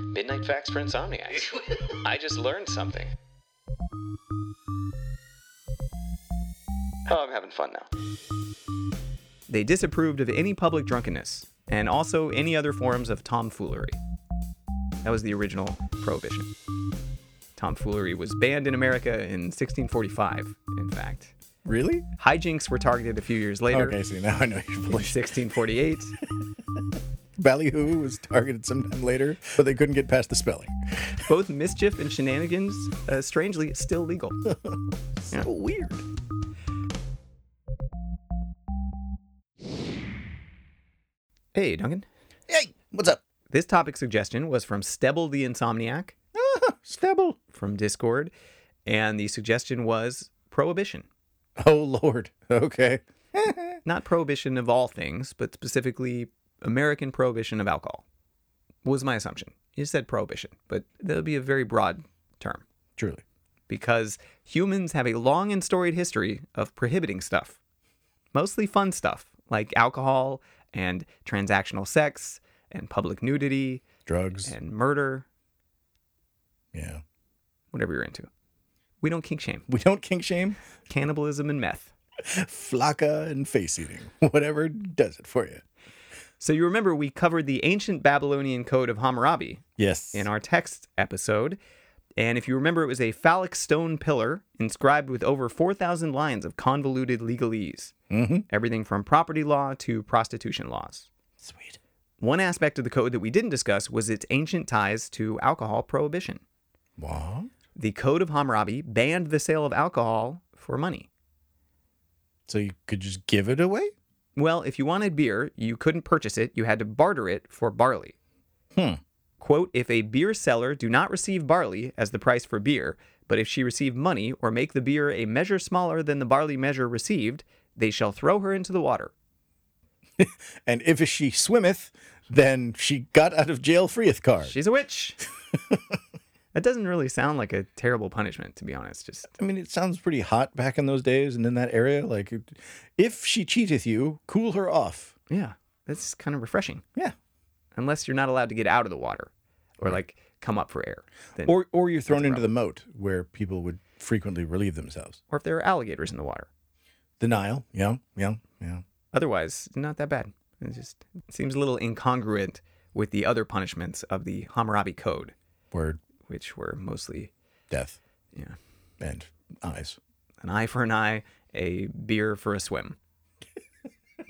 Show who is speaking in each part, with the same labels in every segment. Speaker 1: Midnight Facts for Insomniacs. I just learned something. Oh, I'm having fun now. They disapproved of any public drunkenness and also any other forms of tomfoolery. That was the original prohibition. Tomfoolery was banned in America in 1645, in fact.
Speaker 2: Really?
Speaker 1: Hijinks were targeted a few years later.
Speaker 2: Okay, see, now I know your
Speaker 1: In
Speaker 2: point.
Speaker 1: 1648,
Speaker 2: Ballyhoo was targeted sometime later, but they couldn't get past the spelling.
Speaker 1: both mischief and shenanigans, uh, strangely, still legal. Yeah.
Speaker 2: So weird.
Speaker 1: Hey, Duncan.
Speaker 2: Hey, what's up?
Speaker 1: This topic suggestion was from Stebble the Insomniac
Speaker 2: Ah, Stebble.
Speaker 1: from Discord, and the suggestion was prohibition.
Speaker 2: Oh, Lord. Okay.
Speaker 1: Not prohibition of all things, but specifically American prohibition of alcohol, was my assumption. You said prohibition, but that would be a very broad term
Speaker 2: Truly.
Speaker 1: because humans have a long and storied history of prohibiting stuff, mostly fun stuff like alcohol and transactional sex and public nudity
Speaker 2: Drugs.
Speaker 1: and murder,
Speaker 2: Yeah.
Speaker 1: whatever you're into. We don't kink shame.
Speaker 2: We don't kink shame.
Speaker 1: Cannibalism and meth.
Speaker 2: Flaka and face eating. Whatever does it for you.
Speaker 1: So you remember we covered the ancient Babylonian code of Hammurabi
Speaker 2: Yes.
Speaker 1: in our text episode. And if you remember, it was a phallic stone pillar inscribed with over 4,000 lines of convoluted legalese,
Speaker 2: Mhm.
Speaker 1: everything from property law to prostitution laws.
Speaker 2: Sweet.
Speaker 1: One aspect of the code that we didn't discuss was its ancient ties to alcohol prohibition.
Speaker 2: Wow.
Speaker 1: The Code of Hammurabi banned the sale of alcohol for money.
Speaker 2: So you could just give it away?
Speaker 1: Well, if you wanted beer, you couldn't purchase it, you had to barter it for barley.
Speaker 2: Hmm.
Speaker 1: Quote, if a beer seller do not receive barley as the price for beer, but if she receive money or make the beer a measure smaller than the barley measure received, they shall throw her into the water.
Speaker 2: And if she swimmeth, then she got out of jail freeth card.
Speaker 1: She's a witch. that doesn't really sound like a terrible punishment, to be honest. Just
Speaker 2: I mean, it sounds pretty hot back in those days and in that area. Like, it- if she cheateth you, cool her off.
Speaker 1: yeah, that's kind of refreshing.
Speaker 2: Yeah.
Speaker 1: Unless you're not allowed to get out of the water or like come up for air. Then, or,
Speaker 2: Or, or you're thrown into the moat where people would frequently relieve themselves.
Speaker 1: if there are alligators in the water.
Speaker 2: The Nile. Yeah. Yeah. Yeah.
Speaker 1: Otherwise, not that bad. It just seems a little incongruent with the other punishments of the Hammurabi Code,
Speaker 2: Word.
Speaker 1: which were mostly
Speaker 2: Death.
Speaker 1: Yeah.
Speaker 2: And eyes.
Speaker 1: an eye for an eye, a beer for a swim.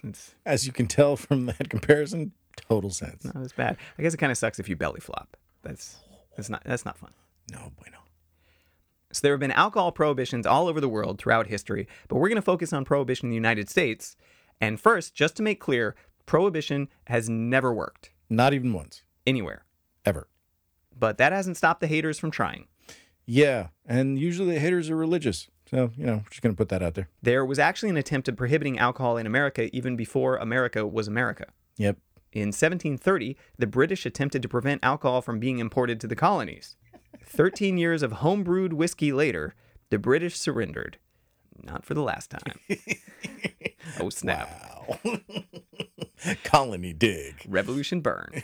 Speaker 1: it's
Speaker 2: As you can tell from that comparison, total sense.
Speaker 1: not as bad. I guess it kind of sucks if you belly flop. That's that's not that's not fun.
Speaker 2: No bueno.
Speaker 1: So there have been alcohol prohibitions all over the world throughout history, but we're going to focus on prohibition in the United States. And first, just to make clear, prohibition has never worked
Speaker 2: Not even once.
Speaker 1: anywhere.
Speaker 2: Ever.
Speaker 1: But that hasn't stopped the haters from trying.
Speaker 2: Yeah. And usually the haters are religious. So, you know, we're just going to put that out there.
Speaker 1: There was actually an attempt at prohibiting alcohol in America even before America was America.
Speaker 2: Yep.
Speaker 1: In 1730, the British attempted to prevent alcohol from being imported to the colonies. 13 years of homebrewed whiskey later, the British surrendered. Not for the last time. oh, snap.
Speaker 2: Colony dig.
Speaker 1: Revolution burn.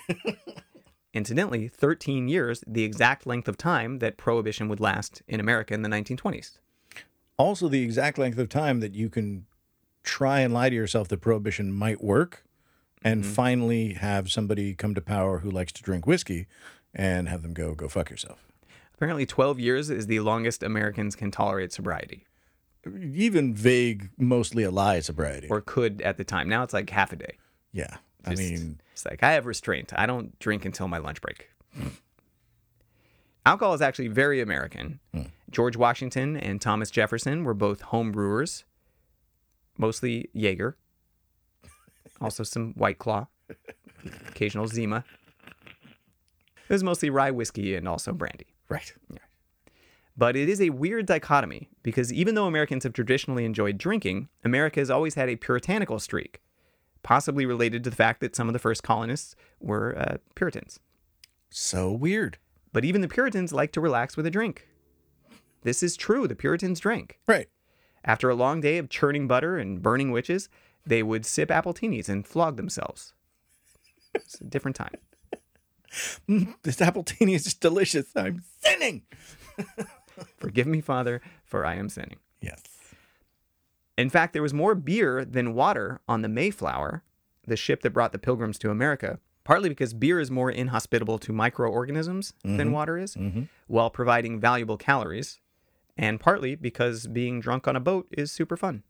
Speaker 1: Incidentally, 13 years, the exact length of time that prohibition would last in America in the 1920s.
Speaker 2: Also, the exact length of time that you can try and lie to yourself that prohibition might work and
Speaker 1: Mm-hmm.
Speaker 2: finally have somebody come to power who likes to drink whiskey and have them go, go fuck yourself.
Speaker 1: Apparently, 12 years is the longest Americans can tolerate sobriety,
Speaker 2: Even vague, mostly a lie sobriety.
Speaker 1: or could at the time. Now it's like half a day.
Speaker 2: yeah.
Speaker 1: Just-
Speaker 2: I mean,
Speaker 1: it's like I have restraint. I don't drink until my lunch break. Alcohol is actually very American. George Washington and Thomas Jefferson were both home brewers, mostly Jaeger, also some White Claw, occasional Zima. It was mostly rye whiskey and also brandy.
Speaker 2: right.
Speaker 1: But it is a weird dichotomy because even though Americans have traditionally enjoyed drinking, America has always had a puritanical streak, possibly related to the fact that some of the first colonists were uh, Puritans.
Speaker 2: So weird.
Speaker 1: But even the Puritans liked to relax with a drink. This is true, the Puritans drank.
Speaker 2: Right.
Speaker 1: After a long day of churning butter and burning witches, they would sip appletinis and flog themselves. It's a different time.
Speaker 2: "Mm, this apple teeny is just delicious. I'm sinning.
Speaker 1: Forgive me, Father, for I am sinning.
Speaker 2: Yes.
Speaker 1: In fact, there was more beer than water on the Mayflower, the ship that brought the pilgrims to America, partly because beer is more inhospitable to microorganisms than water is, while providing valuable calories, and partly because being drunk on a boat is super fun.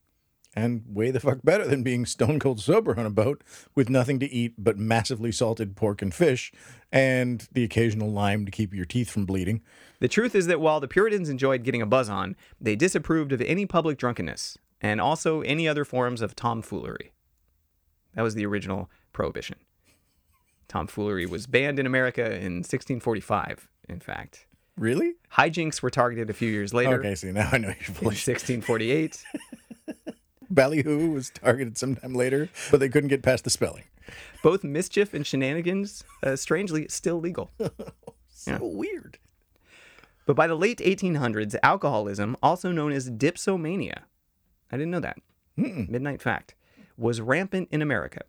Speaker 2: And way the fuck better than being stone cold sober on a boat with nothing to eat but massively salted pork and fish and the occasional lime to keep your teeth from bleeding.
Speaker 1: The truth is that while the Puritans enjoyed getting a buzz on, they disapproved of any public drunkenness and also any other forms of tomfoolery. That was the original prohibition. Tomfoolery was banned in America in 1645, in fact.
Speaker 2: Really?
Speaker 1: Hijinks were targeted a few years later
Speaker 2: Okay, see, now I know you're
Speaker 1: in
Speaker 2: foolish.
Speaker 1: 1648.
Speaker 2: Ballyhoo was targeted sometime later, but they couldn't get past the spelling.
Speaker 1: Both mischief and shenanigans, uh, strangely, still legal.
Speaker 2: So weird.
Speaker 1: But by the late 1800s, alcoholism, also known as dipsomania, I didn't know that. Midnight fact, was rampant in America.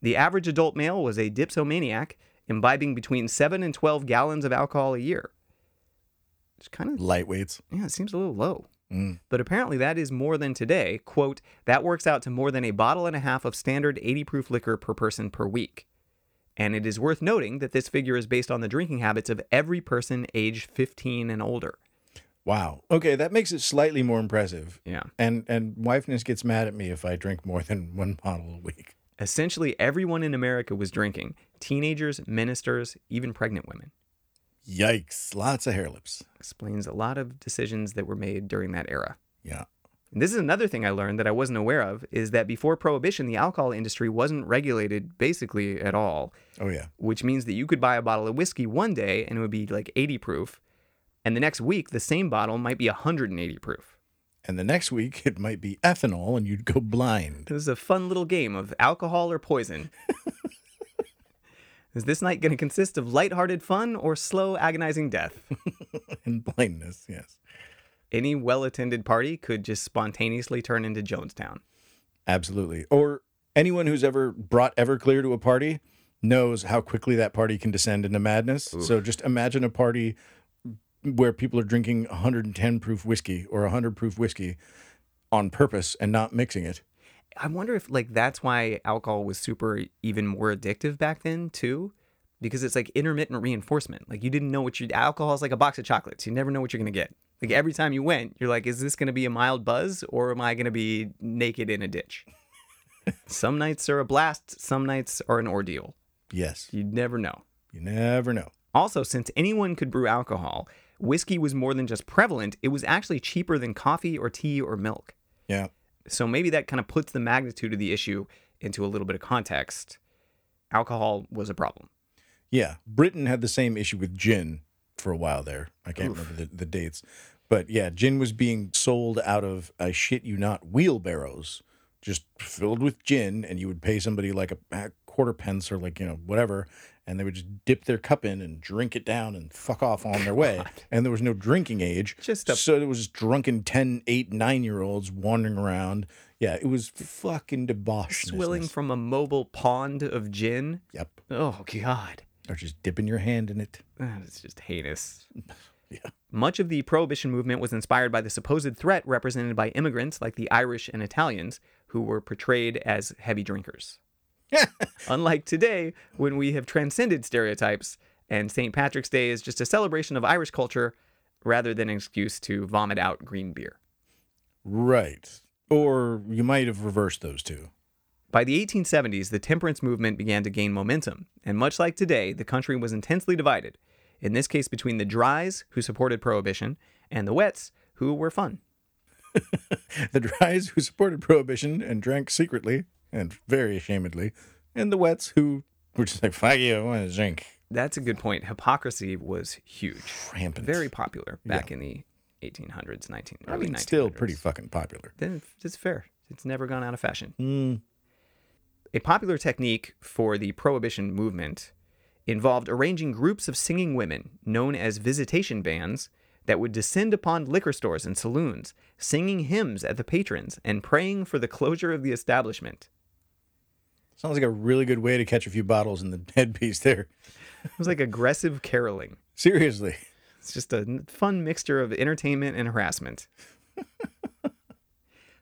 Speaker 1: The average adult male was a dipsomaniac, imbibing between 7 and 12 gallons of alcohol a year. It's kind of,
Speaker 2: Lightweights.
Speaker 1: yeah, it seems a little low. But apparently that is more than today. Quote, that works out to more than a bottle and a half of standard 80 proof liquor per person per week. And it is worth noting that this figure is based on the drinking habits of every person aged 15 and older.
Speaker 2: Wow. Okay, that makes it slightly more impressive.
Speaker 1: Yeah.
Speaker 2: And and wifeness gets mad at me if I drink more than one bottle a week.
Speaker 1: Essentially, everyone in America was drinking teenagers, ministers, even pregnant women.
Speaker 2: Yikes! Lots of hair lips.
Speaker 1: Explains a lot of decisions that were made during that era.
Speaker 2: Yeah.
Speaker 1: And this is another thing I learned that I wasn't aware of is that before Prohibition, the alcohol industry wasn't regulated basically at all,
Speaker 2: Oh yeah.
Speaker 1: which means that you could buy a bottle of whiskey one day and it would be like 80 proof. And the next week, the same bottle might be 180 proof.
Speaker 2: And the next week it might be ethanol, and you'd go blind.
Speaker 1: This is a fun little game of alcohol or poison. is this night going to consist of lighthearted fun or slow, agonizing death?
Speaker 2: And blindness. Yes.
Speaker 1: any well-attended party could just spontaneously turn into Jonestown.
Speaker 2: Absolutely. Or anyone who's ever brought Everclear to a party knows how quickly that party can descend into madness. So just imagine a party where people are drinking 110 proof whiskey or 100 proof whiskey on purpose and not mixing it.
Speaker 1: I wonder if like that's why alcohol was super even more addictive back then too, because it's like intermittent reinforcement. Like you didn't know what you alcohol is like a box of chocolates. You never know what you're gonna get. Like every time you went, you're like, is this gonna be a mild buzz or am I gonna be naked in a ditch? some nights are a blast, some nights are an ordeal.
Speaker 2: Yes.
Speaker 1: You'd never know.
Speaker 2: You never know.
Speaker 1: Also, since anyone could brew alcohol, whiskey was more than just prevalent, it was actually cheaper than coffee or tea or milk.
Speaker 2: Yeah.
Speaker 1: So maybe that kind of puts the magnitude of the issue into a little bit of context. Alcohol was a problem.
Speaker 2: Yeah. Britain had the same issue with gin for a while there. I can't remember the, the dates. But yeah, gin was being sold out of, I shit you not, wheelbarrows just filled with gin. And you would pay somebody like a, a quarter pence or like, you know, whatever. And they would just dip their cup in and drink it down and fuck off on their way. And there was no drinking age.
Speaker 1: Just a-
Speaker 2: so it was just drunken 10, 8, 9 year olds wandering around. Yeah, it was fucking debauch.
Speaker 1: Swilling from a mobile pond of gin.
Speaker 2: Yep.
Speaker 1: Oh, God.
Speaker 2: Or just dipping your hand in it.
Speaker 1: Ah, It's just heinous.
Speaker 2: Yeah.
Speaker 1: Much of the prohibition movement was inspired by the supposed threat represented by immigrants like the Irish and Italians, who were portrayed as heavy drinkers. Unlike today, when we have transcended stereotypes, and St. Patrick's Day is just a celebration of Irish culture rather than an excuse to vomit out green beer.
Speaker 2: Right. Or you might have reversed those two.
Speaker 1: By the 1870s, the temperance movement began to gain momentum, and much like today, the country was intensely divided, in this case between the dries, who supported prohibition, and the wets, who were fun.
Speaker 2: The dries who supported prohibition and drank secretly and very ashamedly, and the wets who were just like, fuck you, I want to drink.
Speaker 1: That's a good point. Hypocrisy was huge,
Speaker 2: Rampant.
Speaker 1: very popular back in the 1800s, 19,
Speaker 2: I
Speaker 1: early
Speaker 2: mean,
Speaker 1: 1900s.
Speaker 2: still pretty fucking popular. Hmm.
Speaker 1: then it's fair. It's never gone out of fashion. A popular technique for the prohibition movement involved arranging groups of singing women, known as visitation bands, that would descend upon liquor stores and saloons, singing hymns at the patrons and praying for the closure of the establishment.
Speaker 2: Sounds like a really good way to catch a few bottles in the headpiece there.
Speaker 1: It was like aggressive caroling.
Speaker 2: Seriously.
Speaker 1: It's just a n- fun mixture of entertainment and harassment.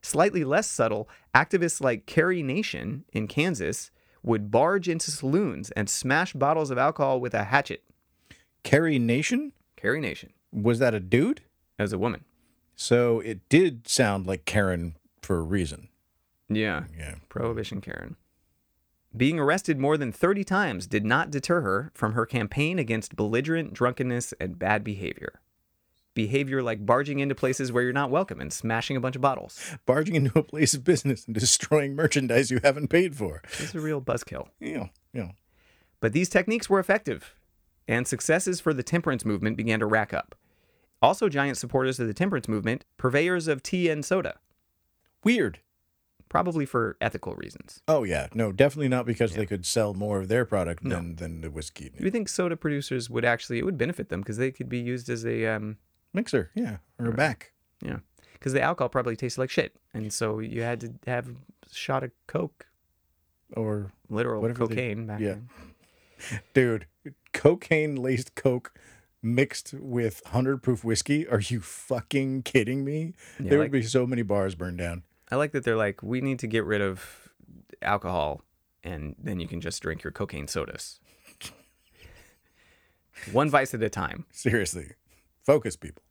Speaker 1: Slightly less subtle, activists like Carrie Nation in Kansas would barge into saloons and smash bottles of alcohol with a hatchet.
Speaker 2: Carrie Nation?
Speaker 1: Carrie Nation
Speaker 2: Was that a dude?
Speaker 1: as a woman.
Speaker 2: So it did sound like Karen for a reason.
Speaker 1: Yeah.
Speaker 2: Yeah.
Speaker 1: Prohibition Karen. Being arrested more than 30 times did not deter her from her campaign against belligerent drunkenness and bad behavior. Behavior like barging into places where you're not welcome and smashing a bunch of bottles.
Speaker 2: Barging into a place of business and destroying merchandise you haven't paid for.
Speaker 1: This is a real buzzkill.
Speaker 2: You know, you know.
Speaker 1: But these techniques were effective, and successes for the temperance movement began to rack up. Also, giant supporters of the temperance movement, purveyors of tea and soda,
Speaker 2: Weird.
Speaker 1: probably for ethical reasons.
Speaker 2: Oh yeah. No, definitely not because they could sell more of their product than than the whiskey
Speaker 1: You would think soda producers would actually, it would benefit them because they could be used as a, um,
Speaker 2: mixer. Yeah. Or back.
Speaker 1: yeah, because the alcohol probably tasted like shit. And so you had to have a shot of Coke,
Speaker 2: Or
Speaker 1: literal
Speaker 2: Whatever they-
Speaker 1: cocaine back
Speaker 2: yeah.
Speaker 1: then.
Speaker 2: dude, cocaine laced coke mixed with 100 proof whiskey. Are you fucking kidding me?
Speaker 1: Yeah,
Speaker 2: there
Speaker 1: like-
Speaker 2: would be so many bars burned down.
Speaker 1: I like that they're like, we need to get rid of alcohol, and then you can just drink your cocaine sodas. One vice at a time.
Speaker 2: Seriously. Focus people.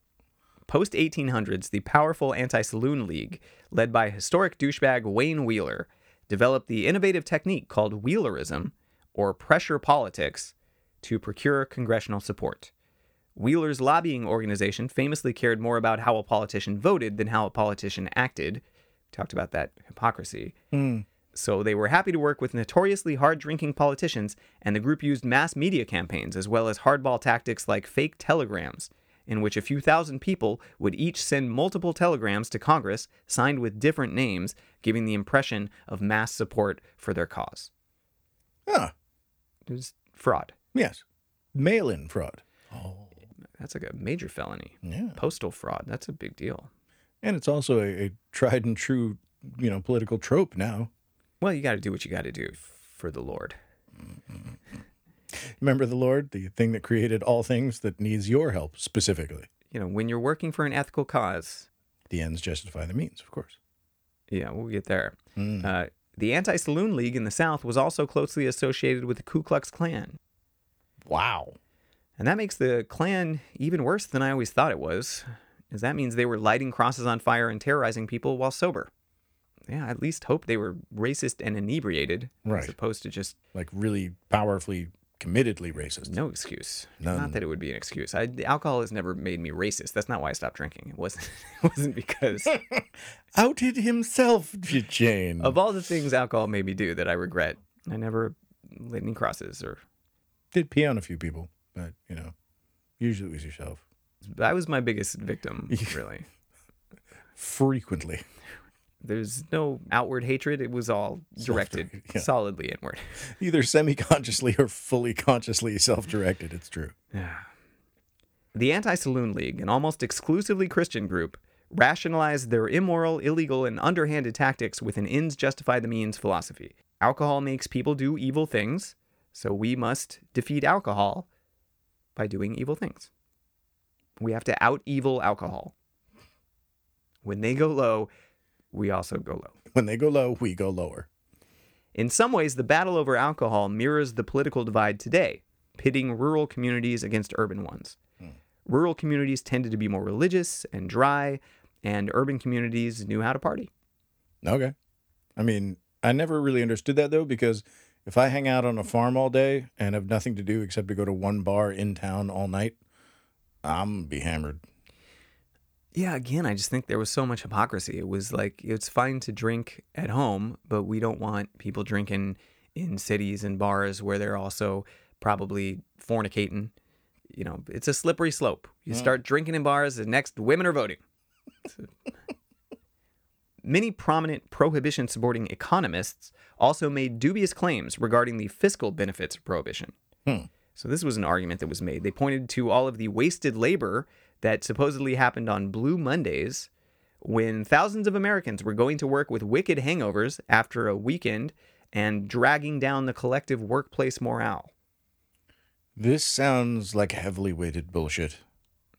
Speaker 1: Post 1800s, the powerful anti saloon league, led by historic douchebag Wayne Wheeler, developed the innovative technique called Wheelerism, or pressure politics, to procure congressional support. Wheeler's lobbying organization famously cared more about how a politician voted than how a politician acted. Talked about that hypocrisy.
Speaker 2: Hmm.
Speaker 1: So they were happy to work with notoriously hard drinking politicians, and the group used mass media campaigns as well as hardball tactics like fake telegrams, in which a few thousand people would each send multiple telegrams to Congress signed with different names, giving the impression of mass support for their cause.
Speaker 2: Huh.
Speaker 1: It was fraud.
Speaker 2: Ah, Yes. Mail in fraud. Oh.
Speaker 1: That's like a major felony.
Speaker 2: Yeah.
Speaker 1: Postal fraud. That's a big deal.
Speaker 2: And it's also a, a tried and true, you know, political trope now.
Speaker 1: Well, you got to do what you got to do for the Lord.
Speaker 2: Remember the Lord, the thing that created all things that needs your help specifically.
Speaker 1: You know, when you're working for an ethical cause,
Speaker 2: The ends justify the means, of course. Hmm.
Speaker 1: Yeah, we'll get there.
Speaker 2: Mm.
Speaker 1: Uh, the Anti Saloon League in the South was also closely associated with the Ku Klux Klan.
Speaker 2: Wow.
Speaker 1: And that makes the Klan even worse than I always thought it was, as that means they were lighting crosses on fire and terrorizing people while sober. Yeah, I at least hope they were racist and inebriated,
Speaker 2: Right.
Speaker 1: as opposed to just
Speaker 2: Like really powerfully, committedly racist.
Speaker 1: no excuse.
Speaker 2: None.
Speaker 1: Not that it would be an excuse. I, alcohol has never made me racist. That's not why I stopped drinking. It wasn't. It wasn't because
Speaker 2: Outed himself, Jane.
Speaker 1: of all the things alcohol made me do that I regret. I never lit any crosses or
Speaker 2: Did pee on a few people, but, you know, usually it was yourself.
Speaker 1: I was my biggest victim, really.
Speaker 2: Frequently.
Speaker 1: There's no outward hatred. It was all directed
Speaker 2: Self-directed, yeah.
Speaker 1: solidly inward.
Speaker 2: Either semi consciously or fully consciously self directed. It's true.
Speaker 1: The Anti Saloon League, an almost exclusively Christian group, rationalized their immoral, illegal, and underhanded tactics with an ends justify the means philosophy. Alcohol makes people do evil things, so we must defeat alcohol by doing evil things. We have to out evil alcohol. When they go low, we also go low.
Speaker 2: When they go low, we go lower.
Speaker 1: In some ways, the battle over alcohol mirrors the political divide today, pitting rural communities against urban ones. Rural communities tended to be more religious and dry, and urban communities knew how to party.
Speaker 2: Okay. I mean, I never really understood that though, because if I hang out on a farm all day and have nothing to do except to go to one bar in town all night, I'm gonna be hammered.
Speaker 1: Yeah, again, I just think there was so much hypocrisy. It was like it's fine to drink at home, but we don't want people drinking in cities and bars where they're also probably fornicating. You know, it's a slippery slope. You start drinking in bars, and next women are voting. Many prominent prohibition supporting economists also made dubious claims regarding the fiscal benefits of prohibition. So this was an argument that was made. They pointed to all of the wasted labor that supposedly happened on Blue Mondays when thousands of Americans were going to work with wicked hangovers after a weekend and dragging down the collective workplace morale.
Speaker 2: This sounds like heavily weighted bullshit.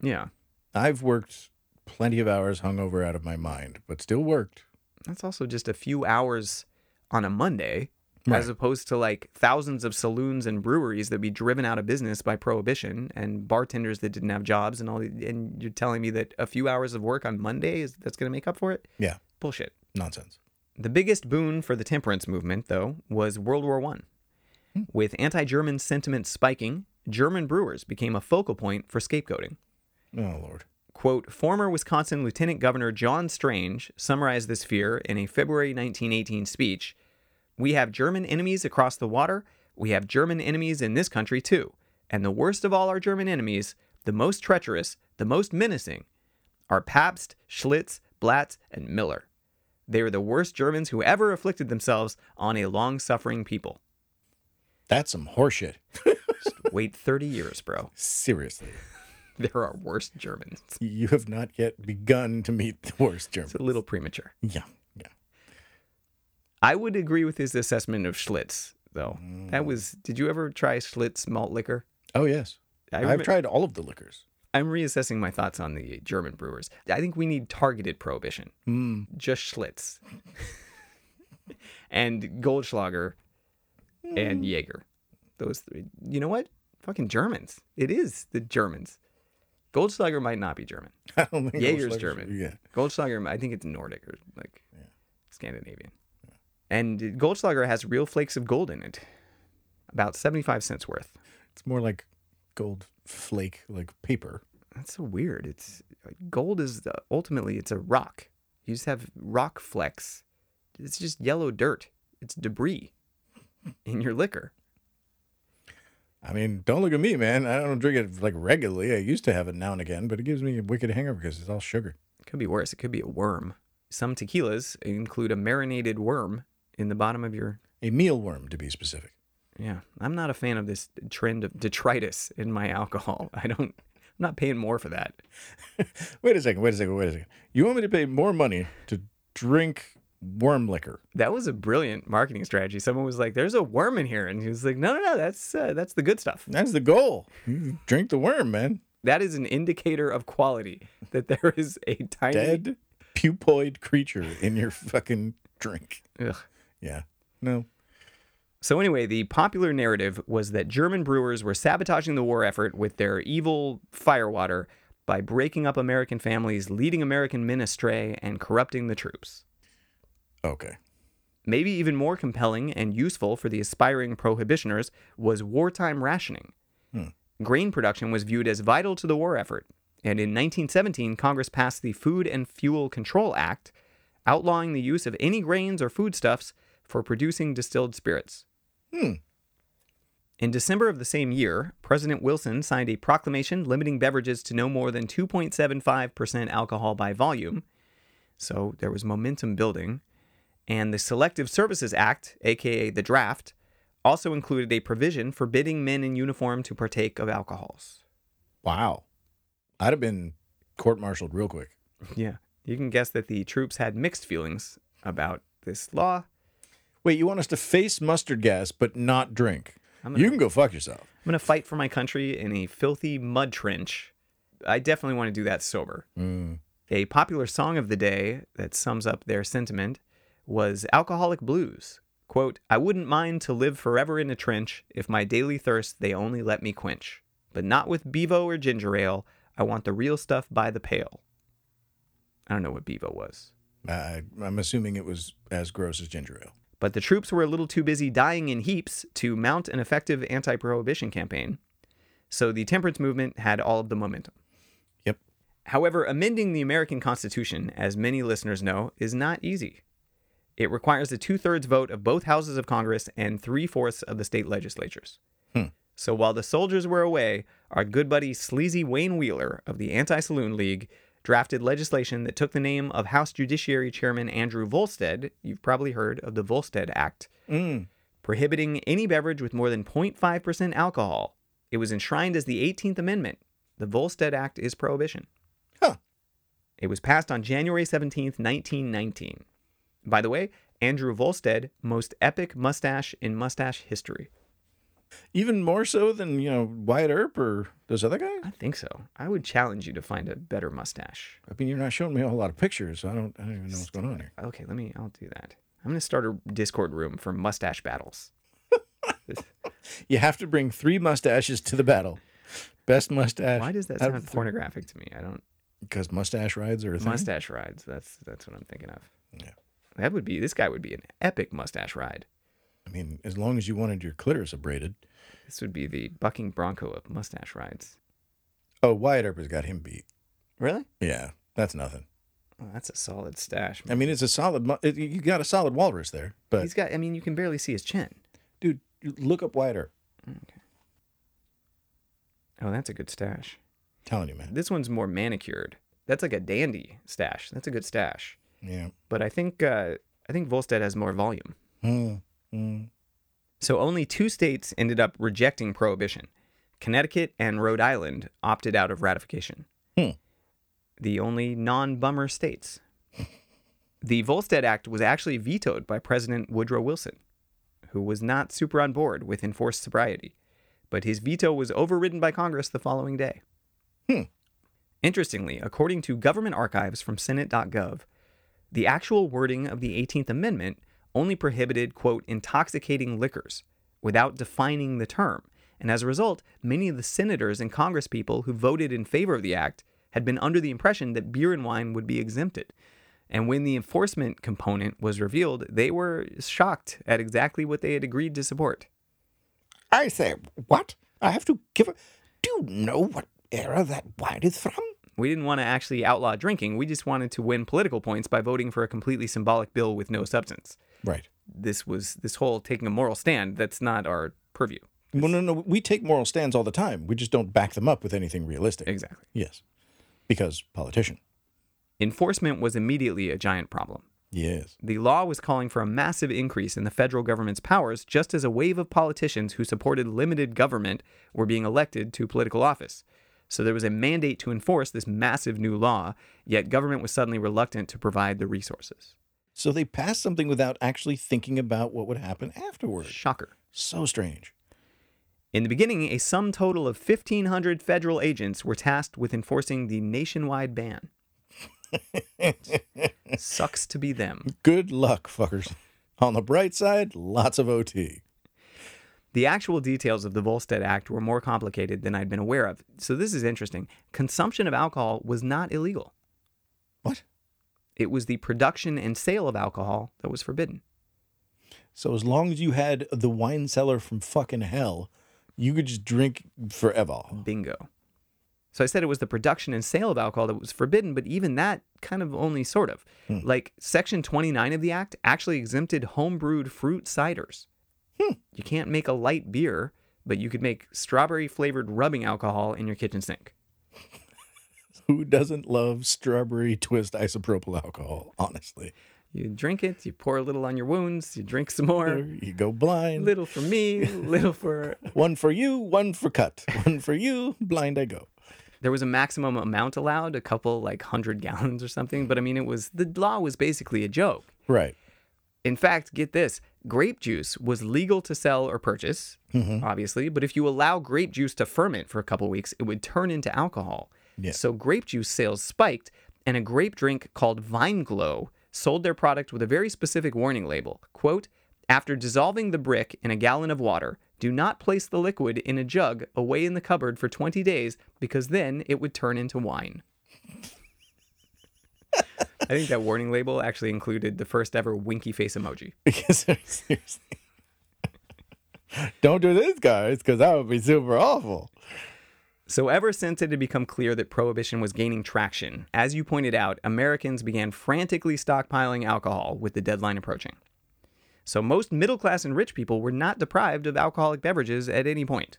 Speaker 1: Yeah.
Speaker 2: I've worked plenty of hours hungover out of my mind, but still worked.
Speaker 1: That's also just a few hours on a Monday,
Speaker 2: Right.
Speaker 1: as opposed to like thousands of saloons and breweries that be driven out of business by prohibition and bartenders that didn't have jobs and all. the- And you're telling me that a few hours of work on Monday is that's going to make up for it?
Speaker 2: Yeah,
Speaker 1: Bullshit.
Speaker 2: nonsense.
Speaker 1: The biggest boon for the temperance movement, though, was World War I. With anti German sentiment spiking, German brewers became a focal point for scapegoating.
Speaker 2: Oh, Lord.
Speaker 1: Quote, former Wisconsin Lieutenant Governor John Strange summarized this fear in a February 1918 speech We have German enemies across the water. We have German enemies in this country, too. And the worst of all our German enemies, the most treacherous, the most menacing, are Pabst, Schlitz, Blatz, and Miller. They are the worst Germans who ever afflicted themselves on a long suffering people.
Speaker 2: That's some horseshit.
Speaker 1: Wait 30 years, bro.
Speaker 2: Seriously.
Speaker 1: There are worse Germans.
Speaker 2: You have not yet begun to meet the worst German.
Speaker 1: It's a little premature.
Speaker 2: Yeah, yeah.
Speaker 1: I would agree with his assessment of Schlitz, though.
Speaker 2: Mm.
Speaker 1: That was. Did you ever try Schlitz malt liquor?
Speaker 2: Oh, yes.
Speaker 1: I
Speaker 2: I've
Speaker 1: remember-
Speaker 2: tried all of the liquors.
Speaker 1: I'm reassessing my thoughts on the German brewers. I think we need targeted prohibition,
Speaker 2: Mm.
Speaker 1: just Schlitz, and Goldschlager,
Speaker 2: Mm.
Speaker 1: and Jaeger. Those three. You know what? Fucking Germans. It is the Germans. Goldschlager might not be German.
Speaker 2: I don't think
Speaker 1: Jaeger's
Speaker 2: Goldschlager's-
Speaker 1: German.
Speaker 2: Yeah.
Speaker 1: Goldschlager, I think it's Nordic or like Scandinavian. And Goldschlager has real flakes of gold in it, about 75 cents worth.
Speaker 2: It's more like gold flake, like paper.
Speaker 1: That's so weird. It's gold is the, ultimately it's a rock. You just have rock flecks. It's just yellow dirt. It's debris in your liquor.
Speaker 2: I mean, don't look at me, man. I don't drink it like regularly. I used to have it now and again, but it gives me a wicked hangover because it's all sugar.
Speaker 1: It could be worse. It could be a worm. Some tequilas include a marinated worm in the bottom of your
Speaker 2: A mealworm, to be specific.
Speaker 1: Yeah, I'm not a fan of this trend of detritus in my alcohol. I don't, I'm not paying more for that.
Speaker 2: Wait a second, wait a second, wait a second. You want me to pay more money to drink worm liquor?
Speaker 1: That was a brilliant marketing strategy. Someone was like, "There's a worm in here," and he was like, "No, no, no, that's uh, that's the good stuff.
Speaker 2: That's the goal. You drink the worm, man.
Speaker 1: That is an indicator of quality that there is a tiny
Speaker 2: Dead, pupoid creature in your fucking drink.
Speaker 1: Ugh.
Speaker 2: Yeah. No.
Speaker 1: So anyway, the popular narrative was that German brewers were sabotaging the war effort with their evil firewater by breaking up American families, leading American men astray, and corrupting the troops.
Speaker 2: Okay.
Speaker 1: Maybe even more compelling and useful for the aspiring prohibitioners was wartime rationing. Grain production was viewed as vital to the war effort, and in 1917, Congress passed the Food and Fuel Control Act, outlawing the use of any grains or foodstuffs for producing distilled spirits.
Speaker 2: Hmm.
Speaker 1: In December of the same year, President Wilson signed a proclamation limiting beverages to no more than 2.75% alcohol by volume. So there was momentum building and the Selective Services Act, aka the draft, also included a provision forbidding men in uniform to partake of alcohols.
Speaker 2: Wow. I'd have been court martialed real quick.
Speaker 1: Yeah. You can guess that the troops had mixed feelings about this law.
Speaker 2: Wait, you want us to face mustard gas but not drink?
Speaker 1: gonna-
Speaker 2: You can go fuck yourself.
Speaker 1: I'm going to fight for my country in a filthy mud trench. I definitely want to do that sober.
Speaker 2: Mm.
Speaker 1: A popular song of the day that sums up their sentiment was Alcoholic Blues. Quote, I wouldn't mind to live forever in a trench if my daily thirst they only let me quench. But not with Bevo or ginger ale. I want the real stuff by the pail. I don't know what Bevo was.
Speaker 2: I, I'm assuming it was as gross as ginger ale.
Speaker 1: But the troops were a little too busy dying in heaps to mount an effective anti prohibition campaign. So the temperance movement had all of the momentum.
Speaker 2: Yep.
Speaker 1: However, amending the American Constitution, as many listeners know, is not easy. It requires a two thirds vote of both houses of Congress and three fourths of the state legislatures. So while the soldiers were away, our good buddy Sleazy Wayne Wheeler of the Anti Saloon League drafted legislation that took the name of House Judiciary Chairman Andrew Volstead. You've probably heard of the Volstead Act,
Speaker 2: Mm.
Speaker 1: prohibiting any beverage with more than 0.5% alcohol. It was enshrined as the 18th Amendment. The Volstead Act is prohibition.
Speaker 2: Huh.
Speaker 1: It was passed on January 17th, 1919. By the way, Andrew Volstead, most epic mustache in mustache history.
Speaker 2: Even more so than, you know, Wyatt Earp or those other guys?
Speaker 1: I think so. I would challenge you to find a better mustache.
Speaker 2: I mean, you're not showing me a whole lot of pictures, so I don't, I don't even know what's going on here.
Speaker 1: Okay, let me. I'll do that. I'm gonna start a Discord room for mustache battles.
Speaker 2: You have to bring three mustaches to the battle. Best mustache.
Speaker 1: Why does that
Speaker 2: out of
Speaker 1: sound
Speaker 2: three-
Speaker 1: pornographic to me? I don't.
Speaker 2: Because mustache rides are a thing.
Speaker 1: Mustache rides. That's that's what I'm thinking of.
Speaker 2: Yeah.
Speaker 1: That would be. This guy would be an epic mustache ride.
Speaker 2: I mean, as long as you wanted your clitoris abraded.
Speaker 1: This would be the bucking bronco of mustache rides.
Speaker 2: Oh, Wyatt Earp has got him beat.
Speaker 1: Really?
Speaker 2: Yeah, that's nothing.
Speaker 1: Oh, that's a solid stash.
Speaker 2: I
Speaker 1: Man.
Speaker 2: mean, it's a solid. Mu- it, you got a solid walrus there, but
Speaker 1: He's got. I mean, you can barely see his chin.
Speaker 2: dude, you look up Wyatt Earp.
Speaker 1: Oh, that's a good stash.
Speaker 2: telling you, man.
Speaker 1: This one's more manicured. That's like a dandy stash. That's a good stash.
Speaker 2: Yeah.
Speaker 1: But I think uh, I think Volstead has more volume.
Speaker 2: Mm, mm.
Speaker 1: So only two states ended up rejecting prohibition. Connecticut and Rhode Island opted out of ratification.
Speaker 2: Hmm.
Speaker 1: The only non bummer states. the Volstead Act was actually vetoed by President Woodrow Wilson, who was not super on board with enforced sobriety, but his veto was overridden by Congress the following day.
Speaker 2: Hmm.
Speaker 1: Interestingly, according to government archives from Senate.gov, the actual wording of the 18th Amendment only prohibited, quote, intoxicating liquors without defining the term. And as a result, many of the senators and congresspeople who voted in favor of the act had been under the impression that beer and wine would be exempted. And when the enforcement component was revealed, they were shocked at exactly what they had agreed to support.
Speaker 3: I say, what? I have to give a. Do you know what era that wine is from?
Speaker 1: We didn't want to actually outlaw drinking, we just wanted to win political points by voting for a completely symbolic bill with no substance.
Speaker 2: Right.
Speaker 1: This was this whole taking a moral stand, that's not our purview.
Speaker 2: Well, no, no. We take moral stands all the time. We just don't back them up with anything realistic.
Speaker 1: Exactly.
Speaker 2: Yes. Because politician.
Speaker 1: Enforcement was immediately a giant problem.
Speaker 2: Yes.
Speaker 1: The law was calling for a massive increase in the federal government's powers just as a wave of politicians who supported limited government were being elected to political office. So there was a mandate to enforce this massive new law, yet government was suddenly reluctant to provide the resources.
Speaker 2: So they passed something without actually thinking about what would happen afterward.
Speaker 1: Shocker.
Speaker 2: So strange.
Speaker 1: In the beginning, a sum total of 1,500 federal agents were tasked with enforcing the nationwide ban. Sucks to be them.
Speaker 2: Good luck, fuckers. On the bright side, lots of OT.
Speaker 1: The actual details of the Volstead Act were more complicated than I'd been aware of. So this is interesting. Consumption of alcohol was not illegal.
Speaker 2: What?
Speaker 1: It was the production and sale of alcohol that was forbidden.
Speaker 2: So as long as you had the wine cellar from fucking hell, you could just drink forever.
Speaker 1: Bingo. So I said it was the production and sale of alcohol that was forbidden, but even that kind of only sort of. Like section 29 of the act actually exempted homebrewed fruit ciders. You can't make a light beer, but you could make strawberry flavored rubbing alcohol in your kitchen sink.
Speaker 2: Who doesn't love strawberry twist isopropyl alcohol? Honestly,
Speaker 1: You drink it, you pour a little on your wounds, you drink some more.
Speaker 2: you go blind.
Speaker 1: little for me, little for.
Speaker 2: One for you, one for cut. One for you, blind I go.
Speaker 1: There was a maximum amount allowed, a couple like hundred gallons or something. But I mean, it was the law was basically a joke.
Speaker 2: Right.
Speaker 1: In fact, get this grape juice was legal to sell or purchase, obviously. But if you allow grape juice to ferment for a couple weeks, it would turn into alcohol.
Speaker 2: Yeah.
Speaker 1: So grape juice sales spiked, and a grape drink called Vine Glow sold their product with a very specific warning label. Quote, after dissolving the brick in a gallon of water, do not place the liquid in a jug away in the cupboard for 20 days because then it would turn into wine. I think that warning label actually included the first ever winky face emoji.
Speaker 2: Because seriously, don't do this, guys, because that would be super awful.
Speaker 1: So, ever since it had become clear that prohibition was gaining traction, as you pointed out, Americans began frantically stockpiling alcohol with the deadline approaching. So, most middle class and rich people were not deprived of alcoholic beverages at any point.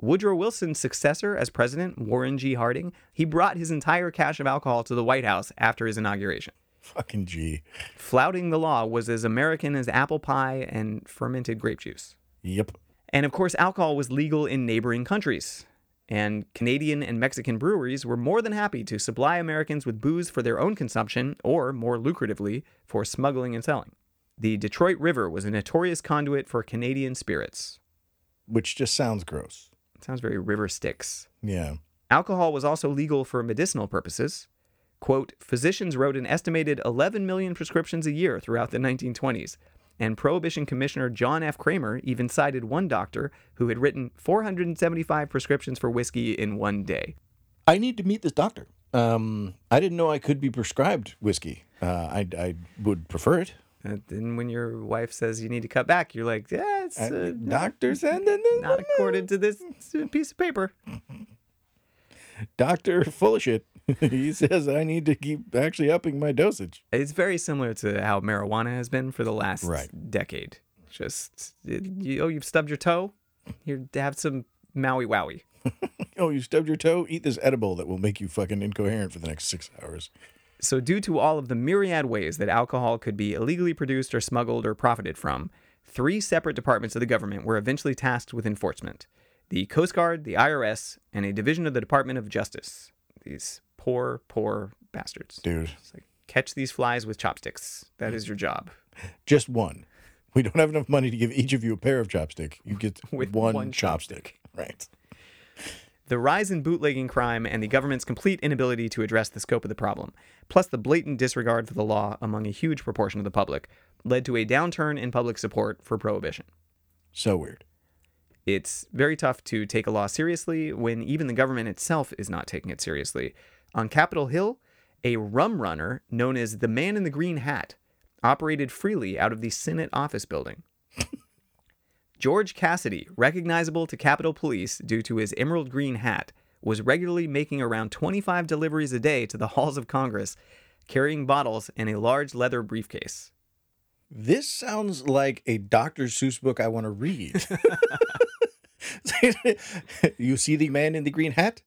Speaker 1: Woodrow Wilson's successor as president, Warren G. Harding, he brought his entire cache of alcohol to the White House after his inauguration.
Speaker 2: Fucking G.
Speaker 1: Flouting the law was as American as apple pie and fermented grape juice.
Speaker 2: Yep.
Speaker 1: And of course, alcohol was legal in neighboring countries. And Canadian and Mexican breweries were more than happy to supply Americans with booze for their own consumption or, more lucratively, for smuggling and selling. The Detroit River was a notorious conduit for Canadian spirits.
Speaker 2: which just sounds gross.
Speaker 1: It sounds very river sticks.
Speaker 2: Yeah.
Speaker 1: Alcohol was also legal for medicinal purposes. Quote, physicians wrote an estimated 11 million prescriptions a year throughout the 1920s, and Prohibition Commissioner John F. Kramer even cited one doctor who had written 475 prescriptions for whiskey in one day.
Speaker 2: I need to meet this doctor. Um, I didn't know I could be prescribed whiskey. Uh, I I would prefer it.
Speaker 1: And then when your wife says you need to cut back, you're like, yeah, it's uh,
Speaker 2: doctor said
Speaker 1: not according to this uh, piece of paper.
Speaker 2: doctor full of shit. he says I need to keep actually upping my dosage.
Speaker 1: It's very similar to how marijuana has been for the last
Speaker 2: Right.
Speaker 1: decade. Just, it- you, oh, you've stubbed your toe? Here, have some Maui Wowie.
Speaker 2: Oh, you stubbed your toe? Eat this edible that will make you fucking incoherent for the next six hours.
Speaker 1: So, due to all of the myriad ways that alcohol could be illegally produced or smuggled or profited from, three separate departments of the government were eventually tasked with enforcement the Coast Guard, the IRS, and a division of the Department of Justice. These poor, poor bastards.
Speaker 2: Dude, Mm.
Speaker 1: It's like, catch these flies with chopsticks. That is your job.
Speaker 2: just one. We don't have enough money to give each of you a pair of chopstick. You get
Speaker 1: With
Speaker 2: one,
Speaker 1: one
Speaker 2: chopstick. Right.
Speaker 1: The rise in bootlegging crime and the government's complete inability to address the scope of the problem, plus the blatant disregard for the law among a huge proportion of the public, led to a downturn in public support for prohibition.
Speaker 2: So weird.
Speaker 1: It's very tough to take a law seriously when even the government itself is not taking it seriously. On Capitol Hill, a rum runner known as the man in the green hat operated freely out of the Senate office building. George Cassidy, recognizable to Capitol Police due to his emerald green hat, was regularly making around 25 deliveries a day to the halls of Congress, carrying bottles in a large leather briefcase.
Speaker 2: This sounds like a Dr. Seuss book I want to read. you see the man in the green hat?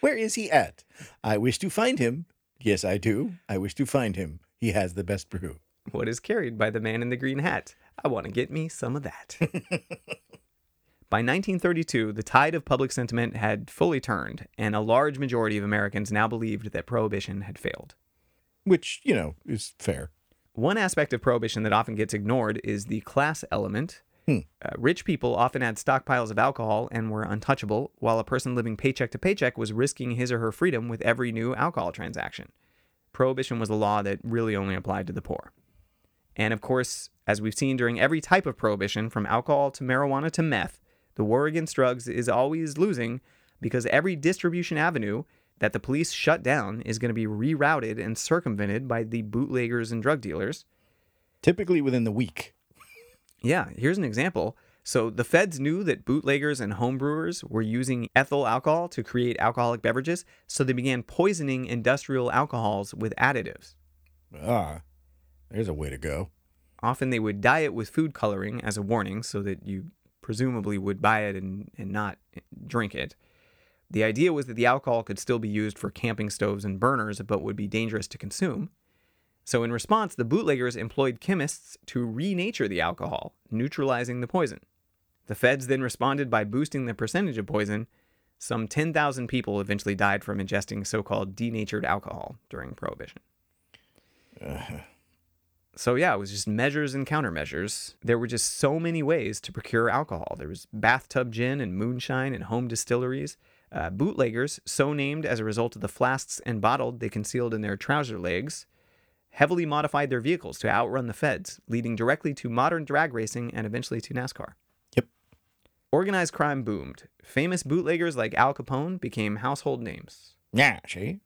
Speaker 2: Where is he at? I wish to find him. Yes, I do. I wish to find him. He has the best brew.
Speaker 1: What is carried by the man in the green hat? I want to get me some of that. by 1932, the tide of public sentiment had fully turned, and a large majority of Americans now believed that prohibition had failed.
Speaker 2: Which, you know, is fair.
Speaker 1: One aspect of prohibition that often gets ignored is the class element. Uh, rich people often had stockpiles of alcohol and were untouchable, while a person living paycheck to paycheck was risking his or her freedom with every new alcohol transaction. Prohibition was a law that really only applied to the poor. And of course, as we've seen during every type of prohibition, from alcohol to marijuana to meth, the war against drugs is always losing because every distribution avenue that the police shut down is going to be rerouted and circumvented by the bootleggers and drug dealers.
Speaker 2: Typically within the week.
Speaker 1: Yeah, here's an example. So the feds knew that bootleggers and homebrewers were using ethyl alcohol to create alcoholic beverages, so they began poisoning industrial alcohols with additives.
Speaker 2: Ah, there's a way to go.
Speaker 1: Often they would dye it with food coloring as a warning so that you presumably would buy it and, and not drink it. The idea was that the alcohol could still be used for camping stoves and burners, but would be dangerous to consume. So, in response, the bootleggers employed chemists to renature the alcohol, neutralizing the poison. The feds then responded by boosting the percentage of poison. Some 10,000 people eventually died from ingesting so called denatured alcohol during Prohibition. So yeah, it was just measures and countermeasures. There were just so many ways to procure alcohol. There was bathtub gin and moonshine and home distilleries. Uh, bootleggers, so named as a result of the flasks and bottle they concealed in their trouser legs, heavily modified their vehicles to outrun the feds, leading directly to modern drag racing and eventually to NASCAR.
Speaker 2: Yep.
Speaker 1: Organized crime boomed. Famous bootleggers like Al Capone became household names.
Speaker 2: Yeah, see?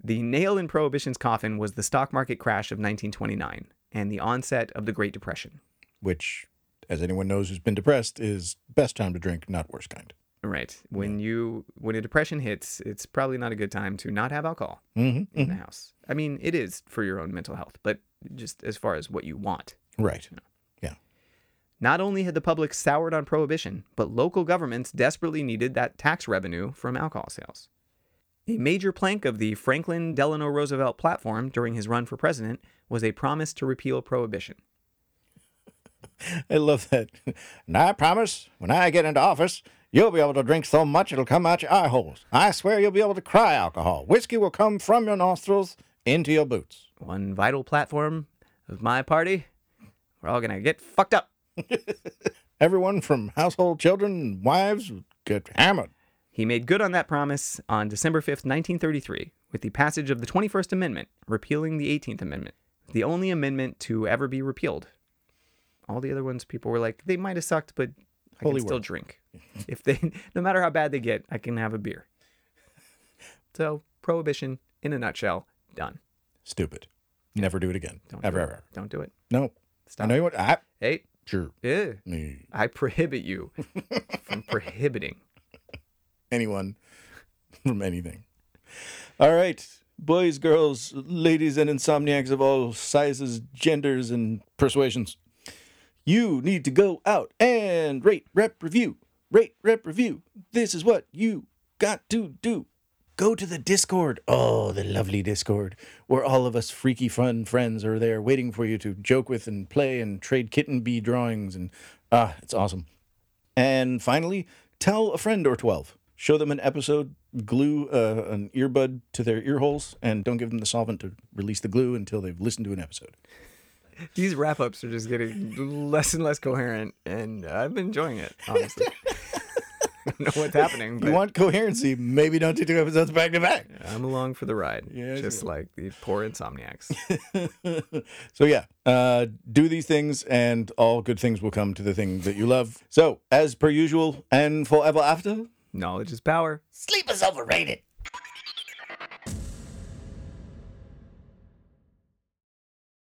Speaker 1: The nail in Prohibition's coffin was the stock market crash of 1929 and the onset of the Great Depression.
Speaker 2: Which, as anyone knows who's been depressed, is best time to drink, not worst kind.
Speaker 1: Right. When you when a depression hits, it's probably not a good time to not have alcohol
Speaker 2: Mm-hmm.
Speaker 1: in the house. I mean, it is for your own mental health, but just as far as what you want.
Speaker 2: mm-hmm. Right.
Speaker 1: Not only had the public soured on prohibition, but local governments desperately needed that tax revenue from alcohol sales. A major plank of the Franklin Delano Roosevelt platform during his run for president was a promise to repeal prohibition.
Speaker 2: I love that.
Speaker 3: And I promise, when I get into office, you'll be able to drink so much it'll come out your eye holes. I swear you'll be able to cry alcohol. Whiskey will come from your nostrils into your boots.
Speaker 1: One vital platform of my party, we're all going to get fucked up.
Speaker 3: Everyone from household children and wives would get hammered.
Speaker 1: He made good on that promise on December 5th, 1933, with the passage of the 21st Amendment, repealing the 18th Amendment, the only amendment to ever be repealed. All the other ones, people were like, they might have sucked, but I
Speaker 2: Holy
Speaker 1: can still drink. if they, no matter how bad they get, I can have a beer. So, prohibition in a nutshell, done.
Speaker 2: Stupid. Never do it again.
Speaker 1: Don't
Speaker 2: ever,
Speaker 1: do
Speaker 2: ever.
Speaker 1: It. Don't do it.
Speaker 2: No.
Speaker 1: Stop.
Speaker 2: I know you want. I,
Speaker 1: Hey,
Speaker 2: sure.
Speaker 1: ew,
Speaker 2: Mm.
Speaker 1: I prohibit you from prohibiting.
Speaker 2: anyone from anything. All right, boys, girls, ladies, and insomniacs of all sizes, genders, and persuasions, you need to go out and rate, rep, review. Rate, rep, review. This is what you got to do. Go to the Discord. Oh, the lovely Discord, where all of us freaky fun friends are there waiting for you to joke with and play and trade kitten bee drawings. And ah, it's awesome. And finally, tell a friend or 12. Show them an episode, glue uh, an earbud to their ear holes, and don't give them the solvent to release the glue until they've listened to an episode.
Speaker 1: These wrap ups are just getting less and less coherent, and I'm enjoying it, honestly. I don't know what's happening, but
Speaker 2: You want coherency, maybe don't do two episodes back to back.
Speaker 1: I'm along for the ride.
Speaker 2: Yes,
Speaker 1: just like the poor insomniacs.
Speaker 2: So, yeah, uh, do these things, and all good things will come to the thing that you love. So, as per usual, and forever after,
Speaker 1: Knowledge is power.
Speaker 3: Sleep is overrated.